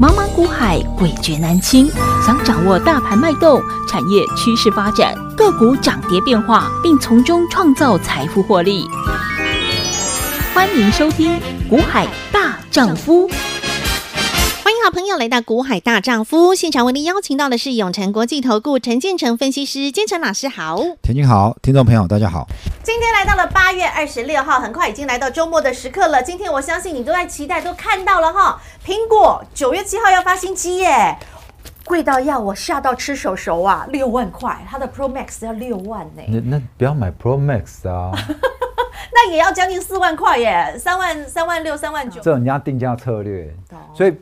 茫茫股海，诡谲难清。想掌握大盘脉动、产业趋势发展、个股涨跌变化，并从中创造财富获利，欢迎收听《股海大丈夫》。欢迎好朋友来到《股海大丈夫》现场，为您邀请到的是永诚国际投顾陈建成分析师，建成老师好。田青好，听众朋友大家好。今天来到了八月二十六号，很快已经来到周末的时刻了。今天我相信你都在期待，都看到了哈。苹果九月七号要发新机耶，贵到要我吓到吃手手啊！六万块，它的 Pro Max 要六万呢、那那不要买 Pro Max 啊， 那也要将近四万块耶，三万、三万六、三万九这。种人家定价策略懂，嗯所以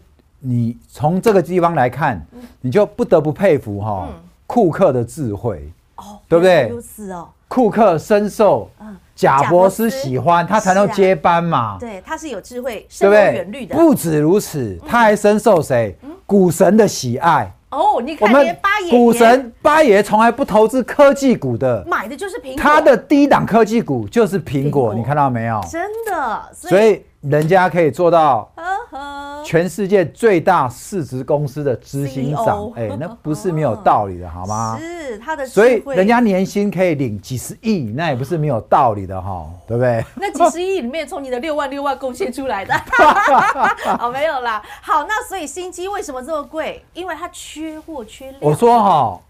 你从这个地方来看，你就不得不佩服哈、库克的智慧。哦，对不对原来如此哦，库克深受嗯贾博贾伯斯斯喜欢，他才是啊能接班嘛，对，它是有智慧、深对谋不远虑对？的。嗯不止如此，他还深受谁？股神的喜爱。哦，你我看们连八爷爷股神八爷从来不投资科技股的，买的就是苹果，他的第一档科技股就是苹苹果果，你看到没有？真的，所所以哦以人家可以做到呵呵，全世界最大市值公司的执行 CEO 长，哎、那不是没有道理的，好吗？E 是他的智所以慧，人家年薪可以领几十亿，那也不是没有道理的哈，对不 对？那几十亿里面从你的六万六万贡献出来的， 好没有啦。好，那所以新机为什么这么贵？因为它缺货缺量。我说哈，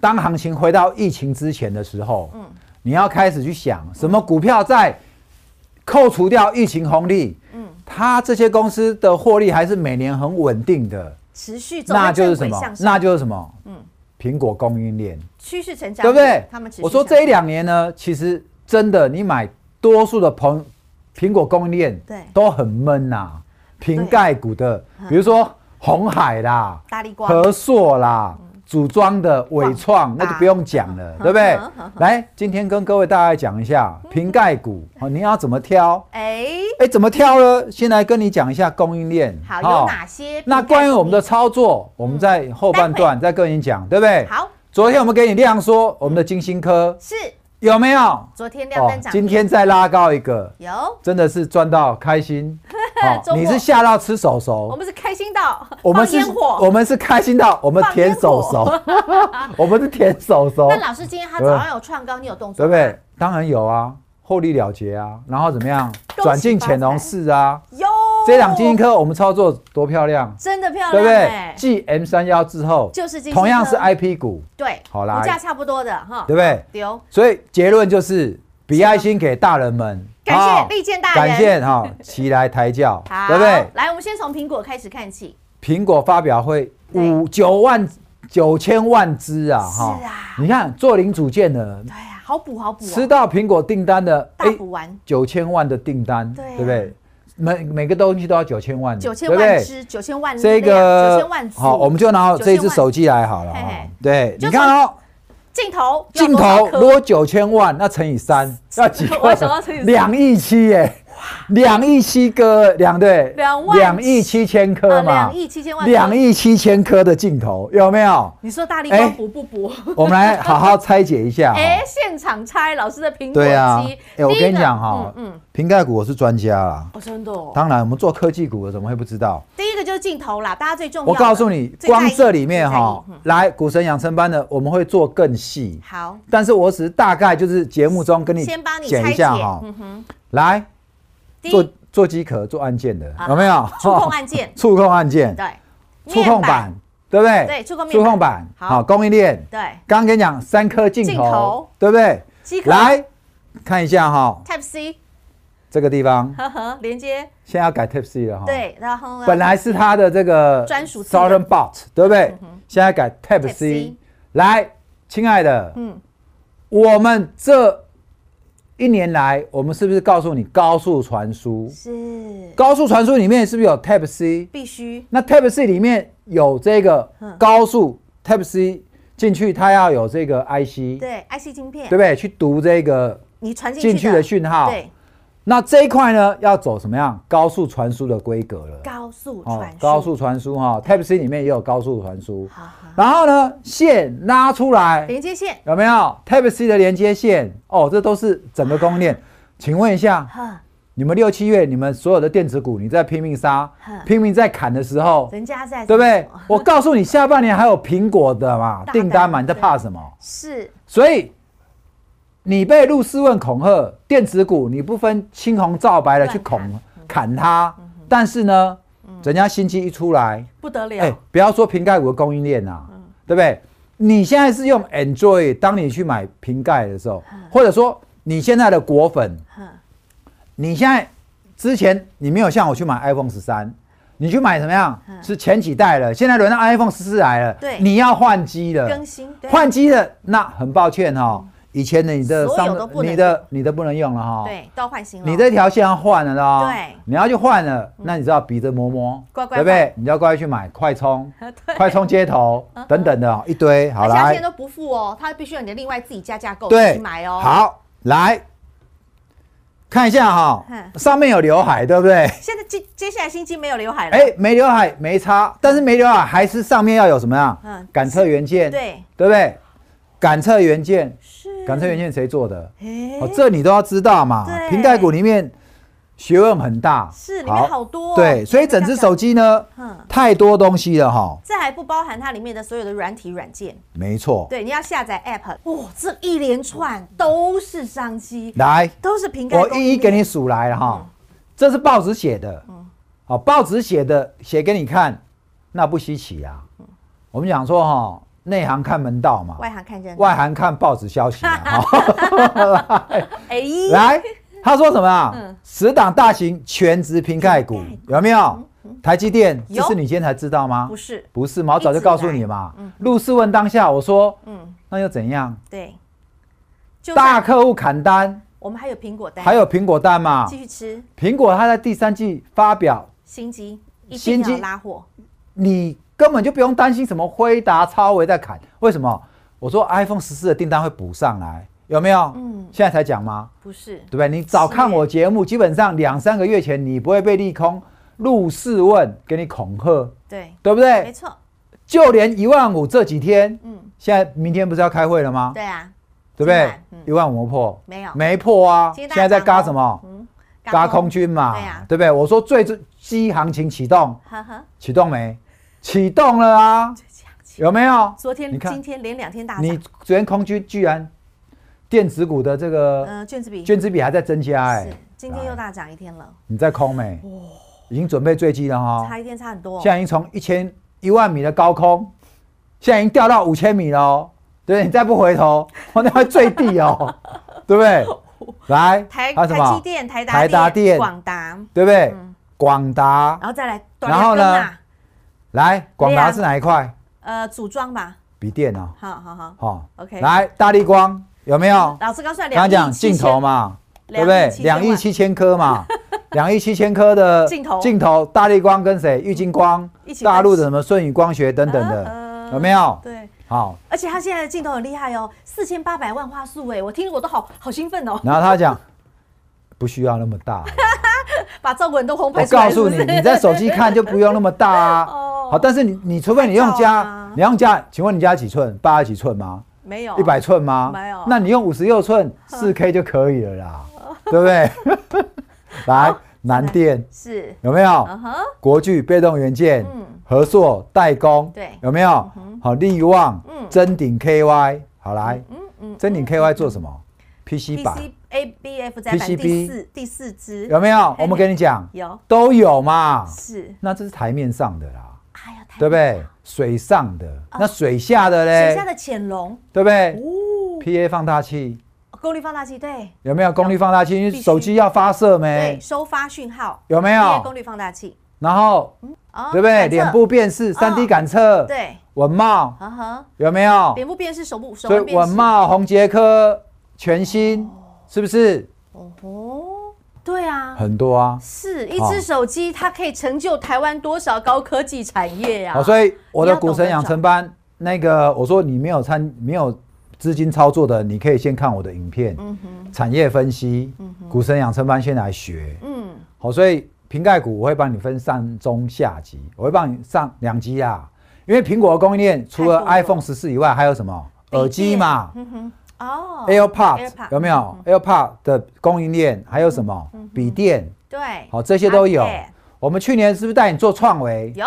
当行情回到疫情之前的时候，嗯你要开始去想什么股票在扣除掉疫情红利，嗯它这些公司的获利还是每年很稳定的，持续走那在就是正什轨么向？上，嗯那就是什么？苹果供应链。趋势成长，对不对？他们持续我说成这一两年呢，其实真的，你买多数的朋苹果供应链，对嗯都很闷呐、瓶盖股的，比如说红海啦、大力光和硕啦、组装的伟创，那就不用讲了，对不对嗯嗯嗯？来，今天跟各位大家讲一下嗯瓶盖股，哦，你要怎么挑？哎，哎，怎么挑呢？先来跟你讲一下供应链，好，哦有哪些？那关于我们的操作，我们嗯在后半段再跟你讲，对不对？好昨天我们给你量缩，我们的金星科是有没有？昨天亮灯涨停，哦今天再拉高一个，有，真的是赚到开心。 哦周末你是吓到吃手我手，们是开心到是放烟火，我们是开心到我们舔手手， 我们是舔手手，那老师今天他早上有创高，你有动作对不吗？对？当然有啊，获利了结啊，然后怎么样？恭喜哦转进潜龙市啊，有这档金星科我们操作多漂亮，真的漂对亮不哎对？继 M 三幺之后，就是金星科同样是 IP 股，对，好啦股价差不多的哈，对不对？丢，所以结论就是，比爱心给大人们，感好谢利剑大人感谢 哈，齐来抬轿，好，对不对？来，我们先从苹果开始看起，苹果发表会对五九万九千万只啊，是啊你看做零组件的对呀，好补好补哦，吃哎到苹果订单的，大补丸九千万的订单，对啊不对？每每个东西都要九千万的，九千对不万对只，九千万这九个千万组，好，我们就拿这9000只万手机来好了嘿哈嘿。对，就你看哦，镜头要镜多少头颗如果九千万，那乘以 三要几个我想要乘以三两亿七耶，两亿七颗，两对，两万两亿七千呃颗嘛两，亿七千万，两，亿七千颗的镜头有没 有？你说大力哎光补不补？我们来好好拆解一下哦哈。 哎，现场拆老师的苹果对啊机，，哎，我第一跟你个嗯讲哈，瓶盖股我是专家啦，哦，真的哦，当然我们做科技股的怎么会不知道？第一个就是镜头啦，大家最重要的，我告诉你，最在意光这里面哈最在意嗯，来股神养生班的，我们会做更细。好，但是我只是大概就是节目中跟你先帮你剪拆一解，下哈，嗯哼，来第做一做机壳、做按键的啊，有没有？，触控按键 触控按键、对，触控板，对不对？对触控面板触控板，好好，供应链。面板，刚刚跟你讲三颗镜镜头头，对不对？对，机壳来看一下哈， Type C，这个地方呵呵，连接，现在要改 Type C 了哈。，对，然后呢？哦本来是它的这个专属自己的嗯 Southern Bot，对不对？现在改 Type Type C C。来，亲爱的，嗯嗯，我们这一年来，我们是不是告诉你高速传输？是高速传输里面是不是有 Type C？必须那 Type C 里面有这个嗯高速 Type C 进去，它要有这个 IC，对对 IC 晶片，不对？去读这个你传进进去的讯号。对，那这一块呢，要走什么样高速传输的规格了？哦高速传输，高速传输哈，Type C 里面也有高速传输。好，好，然后呢，线拉出来，连接线， 有没有 Type C 的连接线？哦，这都是整个供应链。请问一下，呵，你们六七月你们所有的电子股你在拼命杀哼、拼命在砍的时候，人家在哦对不对？我告诉你，下半年还有苹果的嘛大单订单嘛，你在对怕什么？是所以你被入市问恐吓，电子股你不分青红皂白的去恐乱嗯砍它，但是呢，人家新机一出来，不得了，哎、不要说瓶盖股的供应链啊，嗯对不对？你现在是用 Enjoy，当你去买瓶盖的时候，嗯或者说你现在的果粉，哼，你现在之前你没有像我去买 iPhone 十三，你去买怎么样？嗯是前几代了，现在轮到 iPhone 十四来了，对你要换机了，更新呃对嗯换机了，那很抱歉哈、哦，以前的你的所有商都不能你的你的不能用了哈、哦，，对，都要换新了，你这条线要换了的哦，对嗯你要去换了，那你知道鼻子摸摸，乖乖对不对？你就要乖乖去买快充 对、嗯快充接头等等的哦一堆，好而且他来现在，都不付哦，他必须要你另外自己加价购自对，己买哦，，好来看一下哈、嗯上面有刘海，对不对？现在接接下来新机没有刘海了，哎，没刘海没差，但是没刘海还是上面要有什么呀？嗯感测元件，对，对不对？感测元件，是感测元件谁做的？哎哦，这你都要知道嘛对。瓶盖股里面学问很大，是里面好多哦对，所以整只手机呢嗯，太多东西了哈。这还不包含它里面的所有的软体软件，没错，对，你要下载 App，哇，这一连串都是商机，来，都是瓶盖供我应链，一一给你数来了哈。嗯这是报纸写的，哦，报纸写的写给你看，那不稀奇啊。我们讲说哈，内行看门道嘛，嗯外行看热闹，外行看报纸消息 啊。哈哎，来，他说什么嗯啊？十档大型全职瓶盖股有没有？台积电，嗯有这是你今天才知道吗？不，是，不是嘛，我早就告诉你嘛。入市问当下，我说嗯，那又怎样？对，就大算客户砍单，我们还有苹果单，还有苹果单嘛继？续吃苹果它在第三季发表，新机，一定新机要拉货，你根本就不用担心什么辉达、超维在砍，为什么？我说 iPhone 十四的订单会补上来，有没有？嗯现在才讲吗？不是对不对？你早看我节目，基本上两三个月前你不会被利空、入市问给你恐吓，对，对不没对？错，就连一万五这几天，嗯，现在明天不是要开会了吗？对啊，对不对今晚？嗯一万五破没有没破啊！今天现大家在在嘎讲哦什么？嗯，嘎空军嘛对啊，对不对？我说最最基行情启动，呵呵，启动没？启动了啊，就这样子。有没有？昨天、你看今天连两天大你涨，昨天空军居然电子股的这个嗯，卷子比券资比还在增加哎是，今天又来大涨一天了，你在空没？已经准备坠机了哈、差一天差很多哦。哎现在已经从一千一万米的高空，现在已经掉到五千米了哦。对不对，你再不回头， 我那会坠地哦，对不 对？来，台还有什台积么？电、嗯台达台达电广达，对不对？广达然，后再来，然后呢？来，广达量是哪一块？呃，组装吧，笔电啊，好好好。好、 OK 嗯来，大力光有没有？老师刚算哦刚刚两讲亿镜七头千，嘛， 7,000对不对？两两亿亿七千颗 嘛，两亿七千颗的镜头镜头，大力光跟谁？玉金光一，起大陆的什么舜宇光学等等嗯的嗯，有没有？对，好，而且它现在的镜头很厉害哦，四千八百万画素哎，我听我都好好兴奋哦，然后他讲不需要那么 大，啊把照顾人都红我拍出来告诉你，是不是你在手机看就不用那么大啊 哦。好，但是你你除非你用拍照啊加，你用加，请问你加几寸？八十几寸吗？没有一百寸吗？没有那你用五十六寸四 K 就可以了啦，对不对？ 来，南电是，有没有？嗯哼，国巨被动元件、嗯合硕代工，对有没有？好，力旺嗯、臻鼎 KY，好来，嗯嗯臻鼎 KY 做什么？PC 版，PC ABF 在版 PCB 第四第四支有没有？黑我们跟你讲，有都有嘛。是，那这是台面上的啦，哎呀，太对不对？水上的，那水下的嘞啊水，下的潜龙对不对哦， ？PA 放大器功率放大器对有没有？功率放大器，因为必须手机要发射对，没？收发讯号哎有没接功有？率放大器，然后哦对不对？感测啊脸部辨识、三 D 感测、对，文茂呵呵，有没有？脸部辨识手部手哦所部以辨文识，茂、红杰科、全新是不是哦吼，对啊，很多啊？是一好只手机，它可以成就台湾多少高科技产业啊呀、好，所以我你的要懂股神养成班那个，我说你没有参没有资金操作的，你可以先看我的影片，嗯哼，产业分析，股神养成班先来学。嗯，好，所以瓶盖股我会帮你分上中下级，我会帮你上两级啊，因为苹果的供应链除太了多了 iPhone 十四以外，还有什么笔电耳机嘛，嗯哼，哦哎 AirPods AirPod，有没有 AirPod 的供应链？还有什么嗯笔电？啊对，好，这些都有 iPad。我们去年是不是带你做创维？有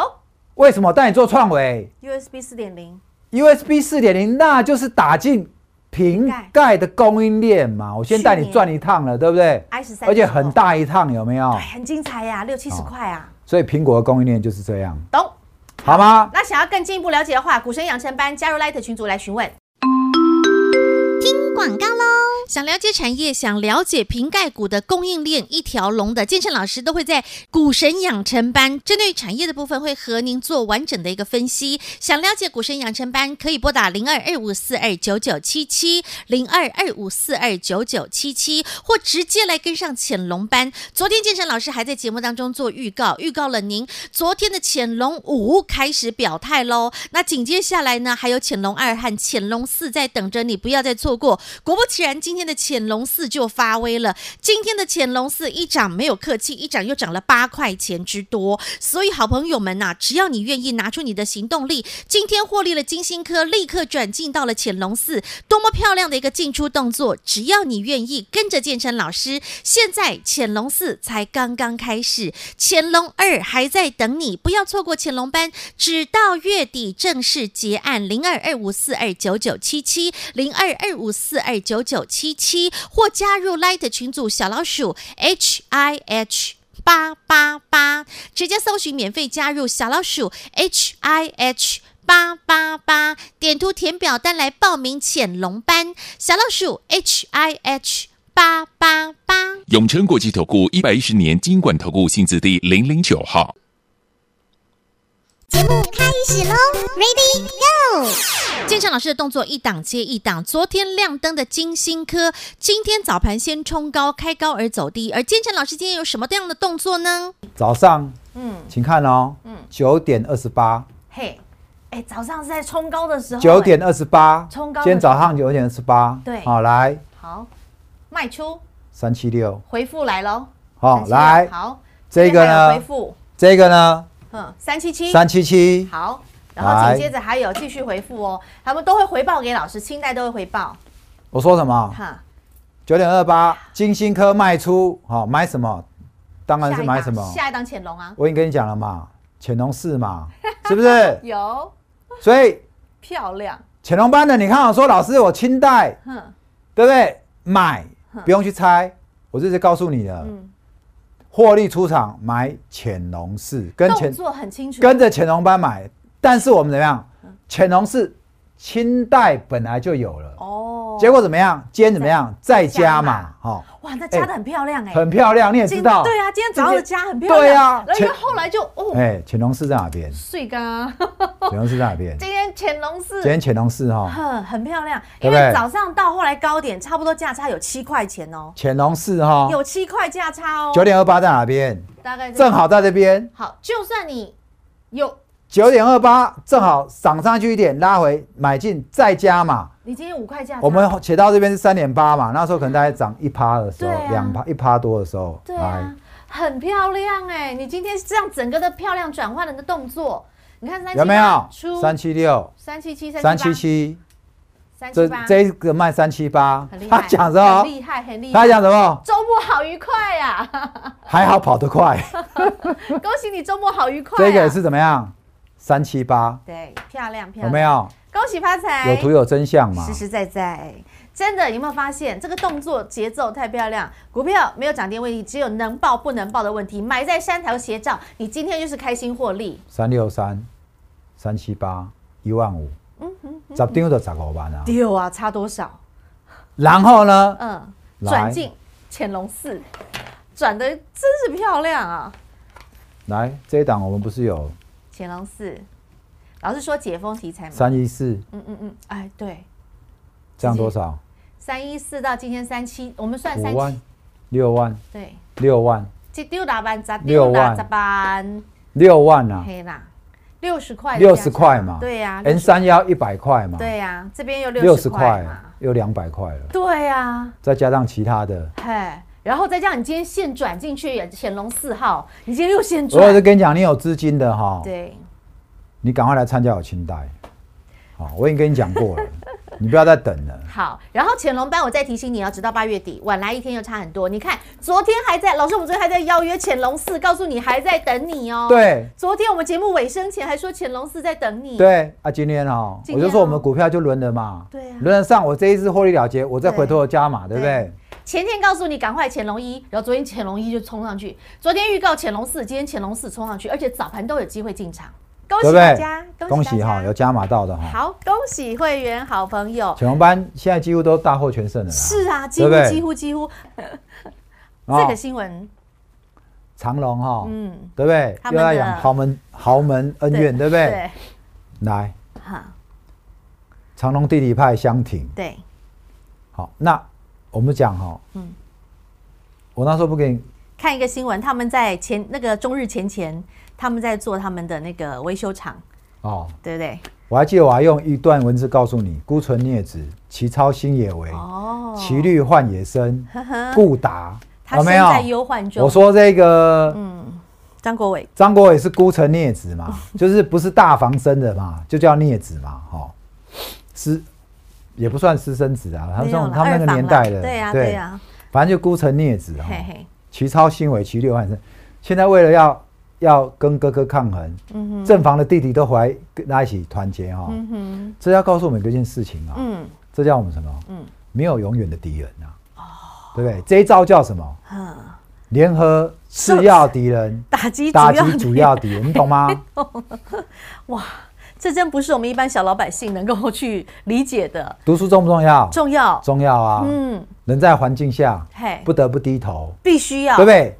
为什么带你做创维 USB 四点零， ？USB 四点零，那就是打进瓶盖盖的供应链嘛。我先带你转一趟了，对不对 i 十三，而且很，大一趟，有没有哎，？很精彩呀，六七哦十块啊，所以苹果的供应链就是这样，懂。好吗？那想要更进一步了解的话，股神养成班加入 Light 群组来询问。广告喽。想了解产业，想了解瓶盖股的供应链一条龙的建成老师都会在股神养成班，针对产业的部分会和您做完整的一个分析。想了解股神养成班，可以拨打零二二五四二九九七七零二二五四二九九七七，或直接来跟上潜龙班。昨天建成老师还在节目当中做预告，预告了您昨天的潜龙五开始表态喽。那紧接下来呢，还有潜龙二和潜龙四在等着你，不要再错过。果不其然，今天的潜龙四就发威了。今天的潜龙四一涨没有客气，一涨又涨了八块钱之多。所以好朋友们呐、只要你愿意拿出你的行动力，今天获利了金星科，立刻转进到了潜龙四，多么漂亮的一个进出动作！只要你愿意跟着建成老师，现在潜龙四才刚刚开始，潜龙二还在等你，不要错过潜龙班，直到月底正式结案零二二五四二九九七七零二二五四二九九七七，或加入 Light 群组小老鼠 H I H。八八八，直接搜寻免费加入小老鼠 H I H 八八八，点图填表单来报名潜龙班，小老鼠 H I H 八八八。永诚国际投顾一百一十年金管投顾新字第零零九号。节目开始喽，Ready Go！建成老师的动作一档接一档，昨天亮灯的金星科，今天早盘先冲高，开高而走低，而建成老师今天有什么样的动作呢？早上，嗯请看哦，九点二十八，嘿，哎，早上是在冲高的时候，九点二十八，哦冲高的今天早上九点二十八，对好来哎好卖出三七六，回复来喽，好37来好，这个今天还有呢回，复，这个呢嗯，三七七，三七七，好，然后来紧接着还有继续回复哦，他们都会回报给老师，清代都会回报，我说什么？哈，九点二八，金星科卖出，好买什么？当然下是一买档什么？下一档潜龙啊，我已经跟你讲了嘛，潜龙四嘛，是不 是？有所以漂亮，潜龙班的，你看我说老师，我清代哼，对不对？买不用去猜，我这是告诉你了。嗯，获利出场买潜龙四，跟动潜作很清楚，跟着潜龙班买，但是我们怎么样？潜龙是清代本来就有了，哦，结果怎么样？今天怎么样？再加嘛，哦，哇，那加的很漂亮哎，很漂亮，你也今知道。对啊，今天早上的加很漂亮，对啊然后前又后来就哦，哎，潜龙寺在哪边？碎干啊， 潜龙寺在哪边？今天潜龙寺今天潜龙寺哈，很很漂亮，对因不对为早上到后来高点，差不多价差有七块钱哦，潜龙寺哈，有七块价差哦，九点二八在哪边？大概是正好在这边，好，就算你有，九点二八正好涨上去一点，拉回买进再加嘛。你今天五块价差，我们写到这边是三点八嘛，那时候可能大概涨一趴的时候对啊，两趴一趴多的时候，对哎啊，很漂亮哎，你今天这样整个的漂亮转换人的动作，你看三有没有？出三七六、三七七三七七，三七这八，这个卖三七八很厉，害，他讲什么很？厉害，很厉害，他讲什么？周末好愉快呀、还好跑得快， 啊恭喜你周末好愉快、啊。这个也是怎么样？三七八，对，啊漂亮漂亮。有没？有？恭喜发财，有图有真相嘛实？实在在。真的有没有发现这个动作节奏太漂亮？股票没有涨跌问题，只有能爆不能爆的问题。买在山头斜照，你今天就是开心获利。三六三、三七八，一万五，嗯十张就十五万啊。丢啊，差多少？然后呢？嗯，来转进潜龙寺，转的真是漂亮啊！来这一档我们不是有潜龙寺，老师说解封题材嘛，三一四，嗯嗯嗯，哎对，这样多少？三一四到今天三七，我们算啊三五七万、，六万、对，六万、这丢打班砸六丢打万砸班，六万啊，黑啦，六十块的价六格，十块嘛。对啊呀、 N 三幺一百块嘛。对呀、这边又六六十十块块啊嘛，又两百块了，对呀、再加上其他的。嘿，然后再加上你今天现转进去潜龙四号，你今天又现如果转是，跟你讲，你有资金的哈，对，你赶快来参加我清代。好，我已经跟你讲过了，你不要再等了。好，然后潜龙班，我再提醒你要哦直到八月底，晚来一天又差很多。你看，昨天还在，老师，我们昨天还在邀约潜龙寺，告诉你还在等你 哦。，对昨天我们节目尾声前还说潜龙寺在等你。，对啊，今天哦，今我天就哦说我们股票就轮了嘛，对啊轮得上我这一次获利了结，我再回头加码，对不对？前天告诉你赶快潜龙一，然后昨天潜龙一就冲上去，昨天预告潜龙四，今天潜龙四冲上去，而且早盘都有机会进场，恭对喜不对大家，恭喜喜大哈，家有加码到的哈，好，恭喜会员好朋友。潜龙班现在几乎都大获全胜了啦。是啊，几乎对不对几乎几乎，哦这个新闻，长隆哈，嗯，对不对他？又们要的养豪门豪门恩怨，对不对？对，来，哈，长隆地理派相挺，对，好，那我们讲哈，嗯，我那时候不给你看一个新闻，他们在前那个中日前前，他们在做他们的那个维修厂，哦，对不对？我还记得我还用一段文字告诉你：孤存孽子，其操心也为，哦，其虑患也深，故达。哦他身在嗯忧患中。我说这个张国伟，张国伟是孤城孽子嘛，嗯就是不是大房生的嘛，就叫孽子嘛，哈、私也不算私生子啊，他们没这有啦种他们那二个房年代啦的，哦对呀啊对呀，反正就孤城孽子哈、啊嘿嘿，其操心为，其六汉生。现在为了要要跟哥哥抗衡，正房的弟弟都回来跟他一起团结哈、嗯哼，这要告诉我们一件事情啊、嗯这叫我们什么？嗯哦没有永远的敌人啊，对不对？这一招叫什么？嗯，联合次要敌人，打击主打要击主要敌人，你懂吗？ 这真不是我们一般小老百姓能够去理解的，读书重不重要？重要，重要啊！嗯，人在环境下嘿，啊嗯不得不低头，必须要，对不？对？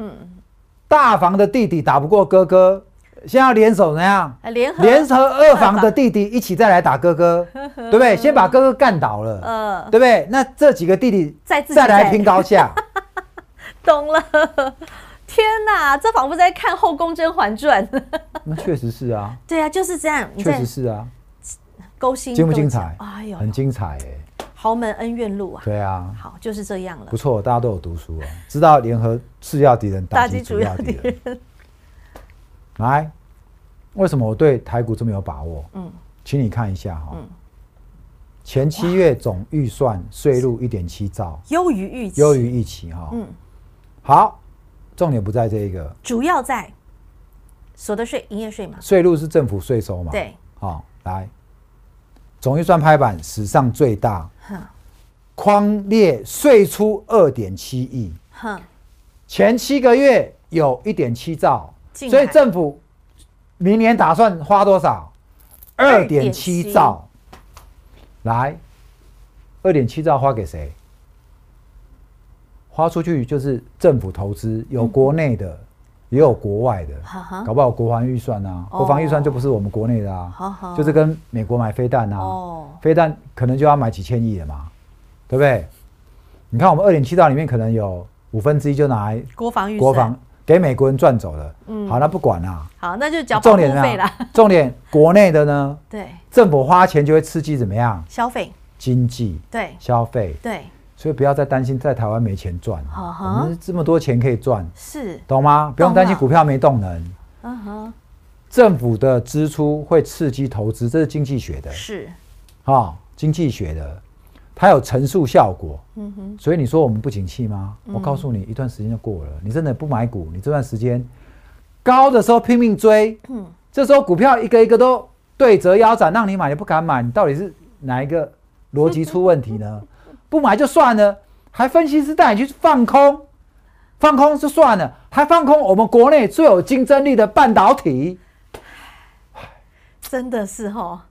大房的弟弟打不过哥哥，现在要联手怎 样？呃联合联合二房二的房弟弟一起再来打哥哥，对不 对？先把哥哥干倒了，呃，对不对？那这几个弟弟再自己再来再拼高下，懂了。 天哪，这仿佛在看《后宫甄嬛传》。那确实是啊， 对啊，就是这样。你确在实是啊，勾心精不斗精角彩哎呦，很精彩哎。豪门恩怨路啊！对啊，好，就是这样了不。错，大家都有读书哦，知道联合次要敌人打打击击主主要要敌敌人人。来，为什么我对台股这么有把握？嗯嗯，请你看一下哈、前七月总预算税入一点七兆，优于预期，优于预期哈、嗯嗯，好，重点不在这一个，主要在所得税、营业税嘛。税入是政府税收嘛？对，好、来，总预算拍板史上最大，哼匡列税出二点七亿。哼，前七个月有一点七兆，进来所以政府明年打算花多少？二点2.7七兆。来，二点七兆花给谁？花出去就是政府投资，有国内嗯的，也有国外的，哈哈搞不好国防预算啊，哦国防预算就不是我们国内的啊，好好，就是跟美国买飞弹啊，哦，飞弹可能就要买几千亿了嘛，对不对？你看我们二点七兆里面可能有五分之一就拿来国防预算国防给美国人赚走了。嗯好，那不管啦、好，那就缴保重护点费呢啦。？ 重点国内的呢，对，政府花钱就会刺激怎么样？消费，经济对消费，对所以不要再担心在台湾没钱赚。啊哈我们这么多钱可以赚，是，懂吗？不用担心懂了股票没动能。嗯哼，政府的支出会刺激投资，这是经济学的是，啊、经济学的，它有乘数效果。嗯哼，所以你说我们不景气吗？我告诉你，一段时间就过了。你真的不买股，你这段时间高的时候拼命追，嗯这时候股票一个一个都对折腰斩，让你买你不敢买，你到底是哪一个逻辑出问题呢？不买就算了，还分析师带你去放空，放空就算了，还放空我们国内最有竞争力的半导体。真的是哦，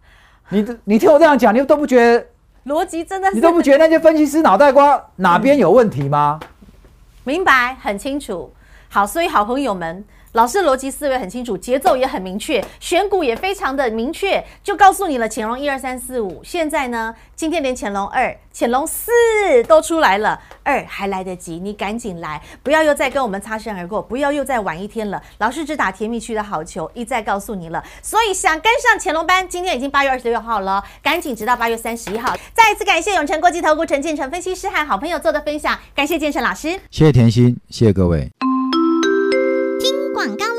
你你听我这样讲，你都不觉得逻辑真的是你都不觉得那些分析师脑袋瓜哪边有问题吗？明白，很清楚。好，所以好朋友们，老师逻辑思维很清楚，节奏也很明确，选股也非常的明确，就告诉你了。潜龙一二三四五，现在呢，今天连潜龙二、潜龙四都出来了，二还来得及，你赶紧来，不要又再跟我们擦身而过，不要又再晚一天了。老师只打甜蜜区的好球，一再告诉你了。所以想跟上潜龙班，今天已经八月二十六号了，赶紧直到八月三十一号。再一次感谢永诚国际投顾陈建成分析师和好朋友做的分享，感谢建成老师。谢谢甜心，谢谢各位。广告喽。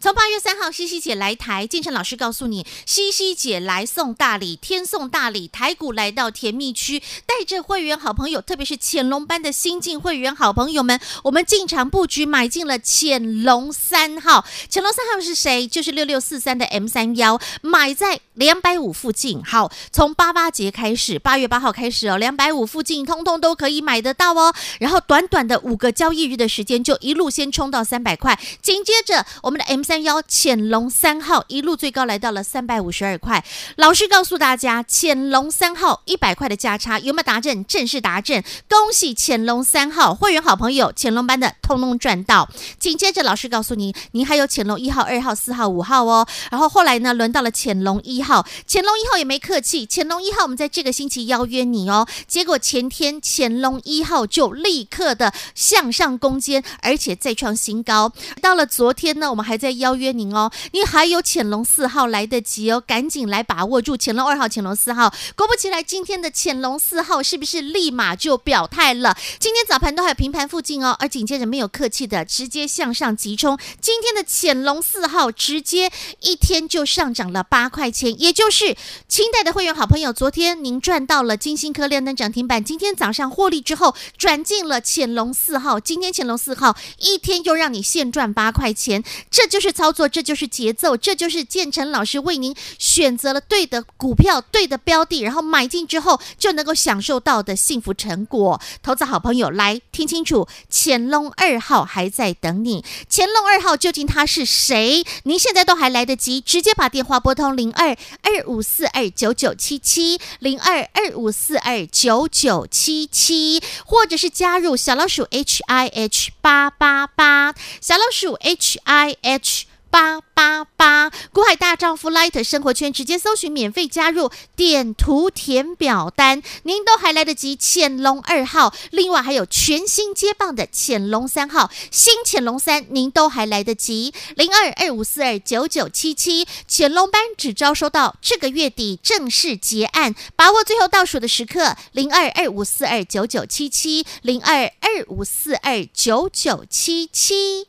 从八月三号西西姐来台，建成老师告诉你，西西姐来送大礼，天送大礼，台股来到甜蜜区，带着会员好朋友，特别是潜龙班的新进会员好朋友们，我们进场布局买进了潜龙三号。潜龙三号是谁？就是六六四三的 M 三幺，买在两百五附近。好，从八八节开始，八月八号开始哦，两百五附近通通都可以买得到哦。然后短短的五个交易日的时间，就一路先冲到三百块，紧接着我们的 M 三幺潜龙三号一路最高来到了三百五十二块。老师告诉大家，潜龙三号一百块的价差有没有达阵？正式达阵，恭喜潜龙三号会员好朋友，潜龙班的通通赚到。紧接着老师告诉您，您还有潜龙一号、二号、四号、五号哦。然后后来呢，轮到了潜龙一号，潜龙一号也没客气，潜龙一号我们在这个星期邀约你哦。结果前天潜龙一号就立刻的向上攻坚，而且再创新高。到了昨天呢，我们还在邀约您哦，您还有潜龙四号来得及哦，赶紧来把握住潜龙二号、潜龙四号。果不其然，今天的潜龙四号是不是立马就表态了？今天早盘都还平盘附近哦，而紧接着没有客气的，直接向上急冲。今天的潜龙四号直接一天就上涨了八块钱，也就是清代的会员好朋友，昨天您赚到了金星科亮灯涨停板，今天早上获利之后转进了潜龙四号，今天潜龙四号一天又让你现赚八块钱，这就是操作，这就是节奏，这就是建成老师为您选择了对的股票、对的标的，然后买进之后就能够享受到的幸福成果。投资好朋友来听清楚，潜龙二号还在等你。潜龙二号究竟他是谁？您现在都还来得及，直接把电话拨通零二二五四二九九七七零二二五四二九九七七，或者是加入小老鼠 H I H 八八八，小老鼠 H I H。八八八，股海大丈夫 Light 生活圈直接搜寻免费加入，点图填表单，您都还来得及。潜龙二号，另外还有全新接棒的潜龙三号，新潜龙三，您都还来得及。零二二五四二九九七七，潜龙班只招收到这个月底正式结案，把握最后倒数的时刻。零二二五四二九九七七，零二二五四二九九七七。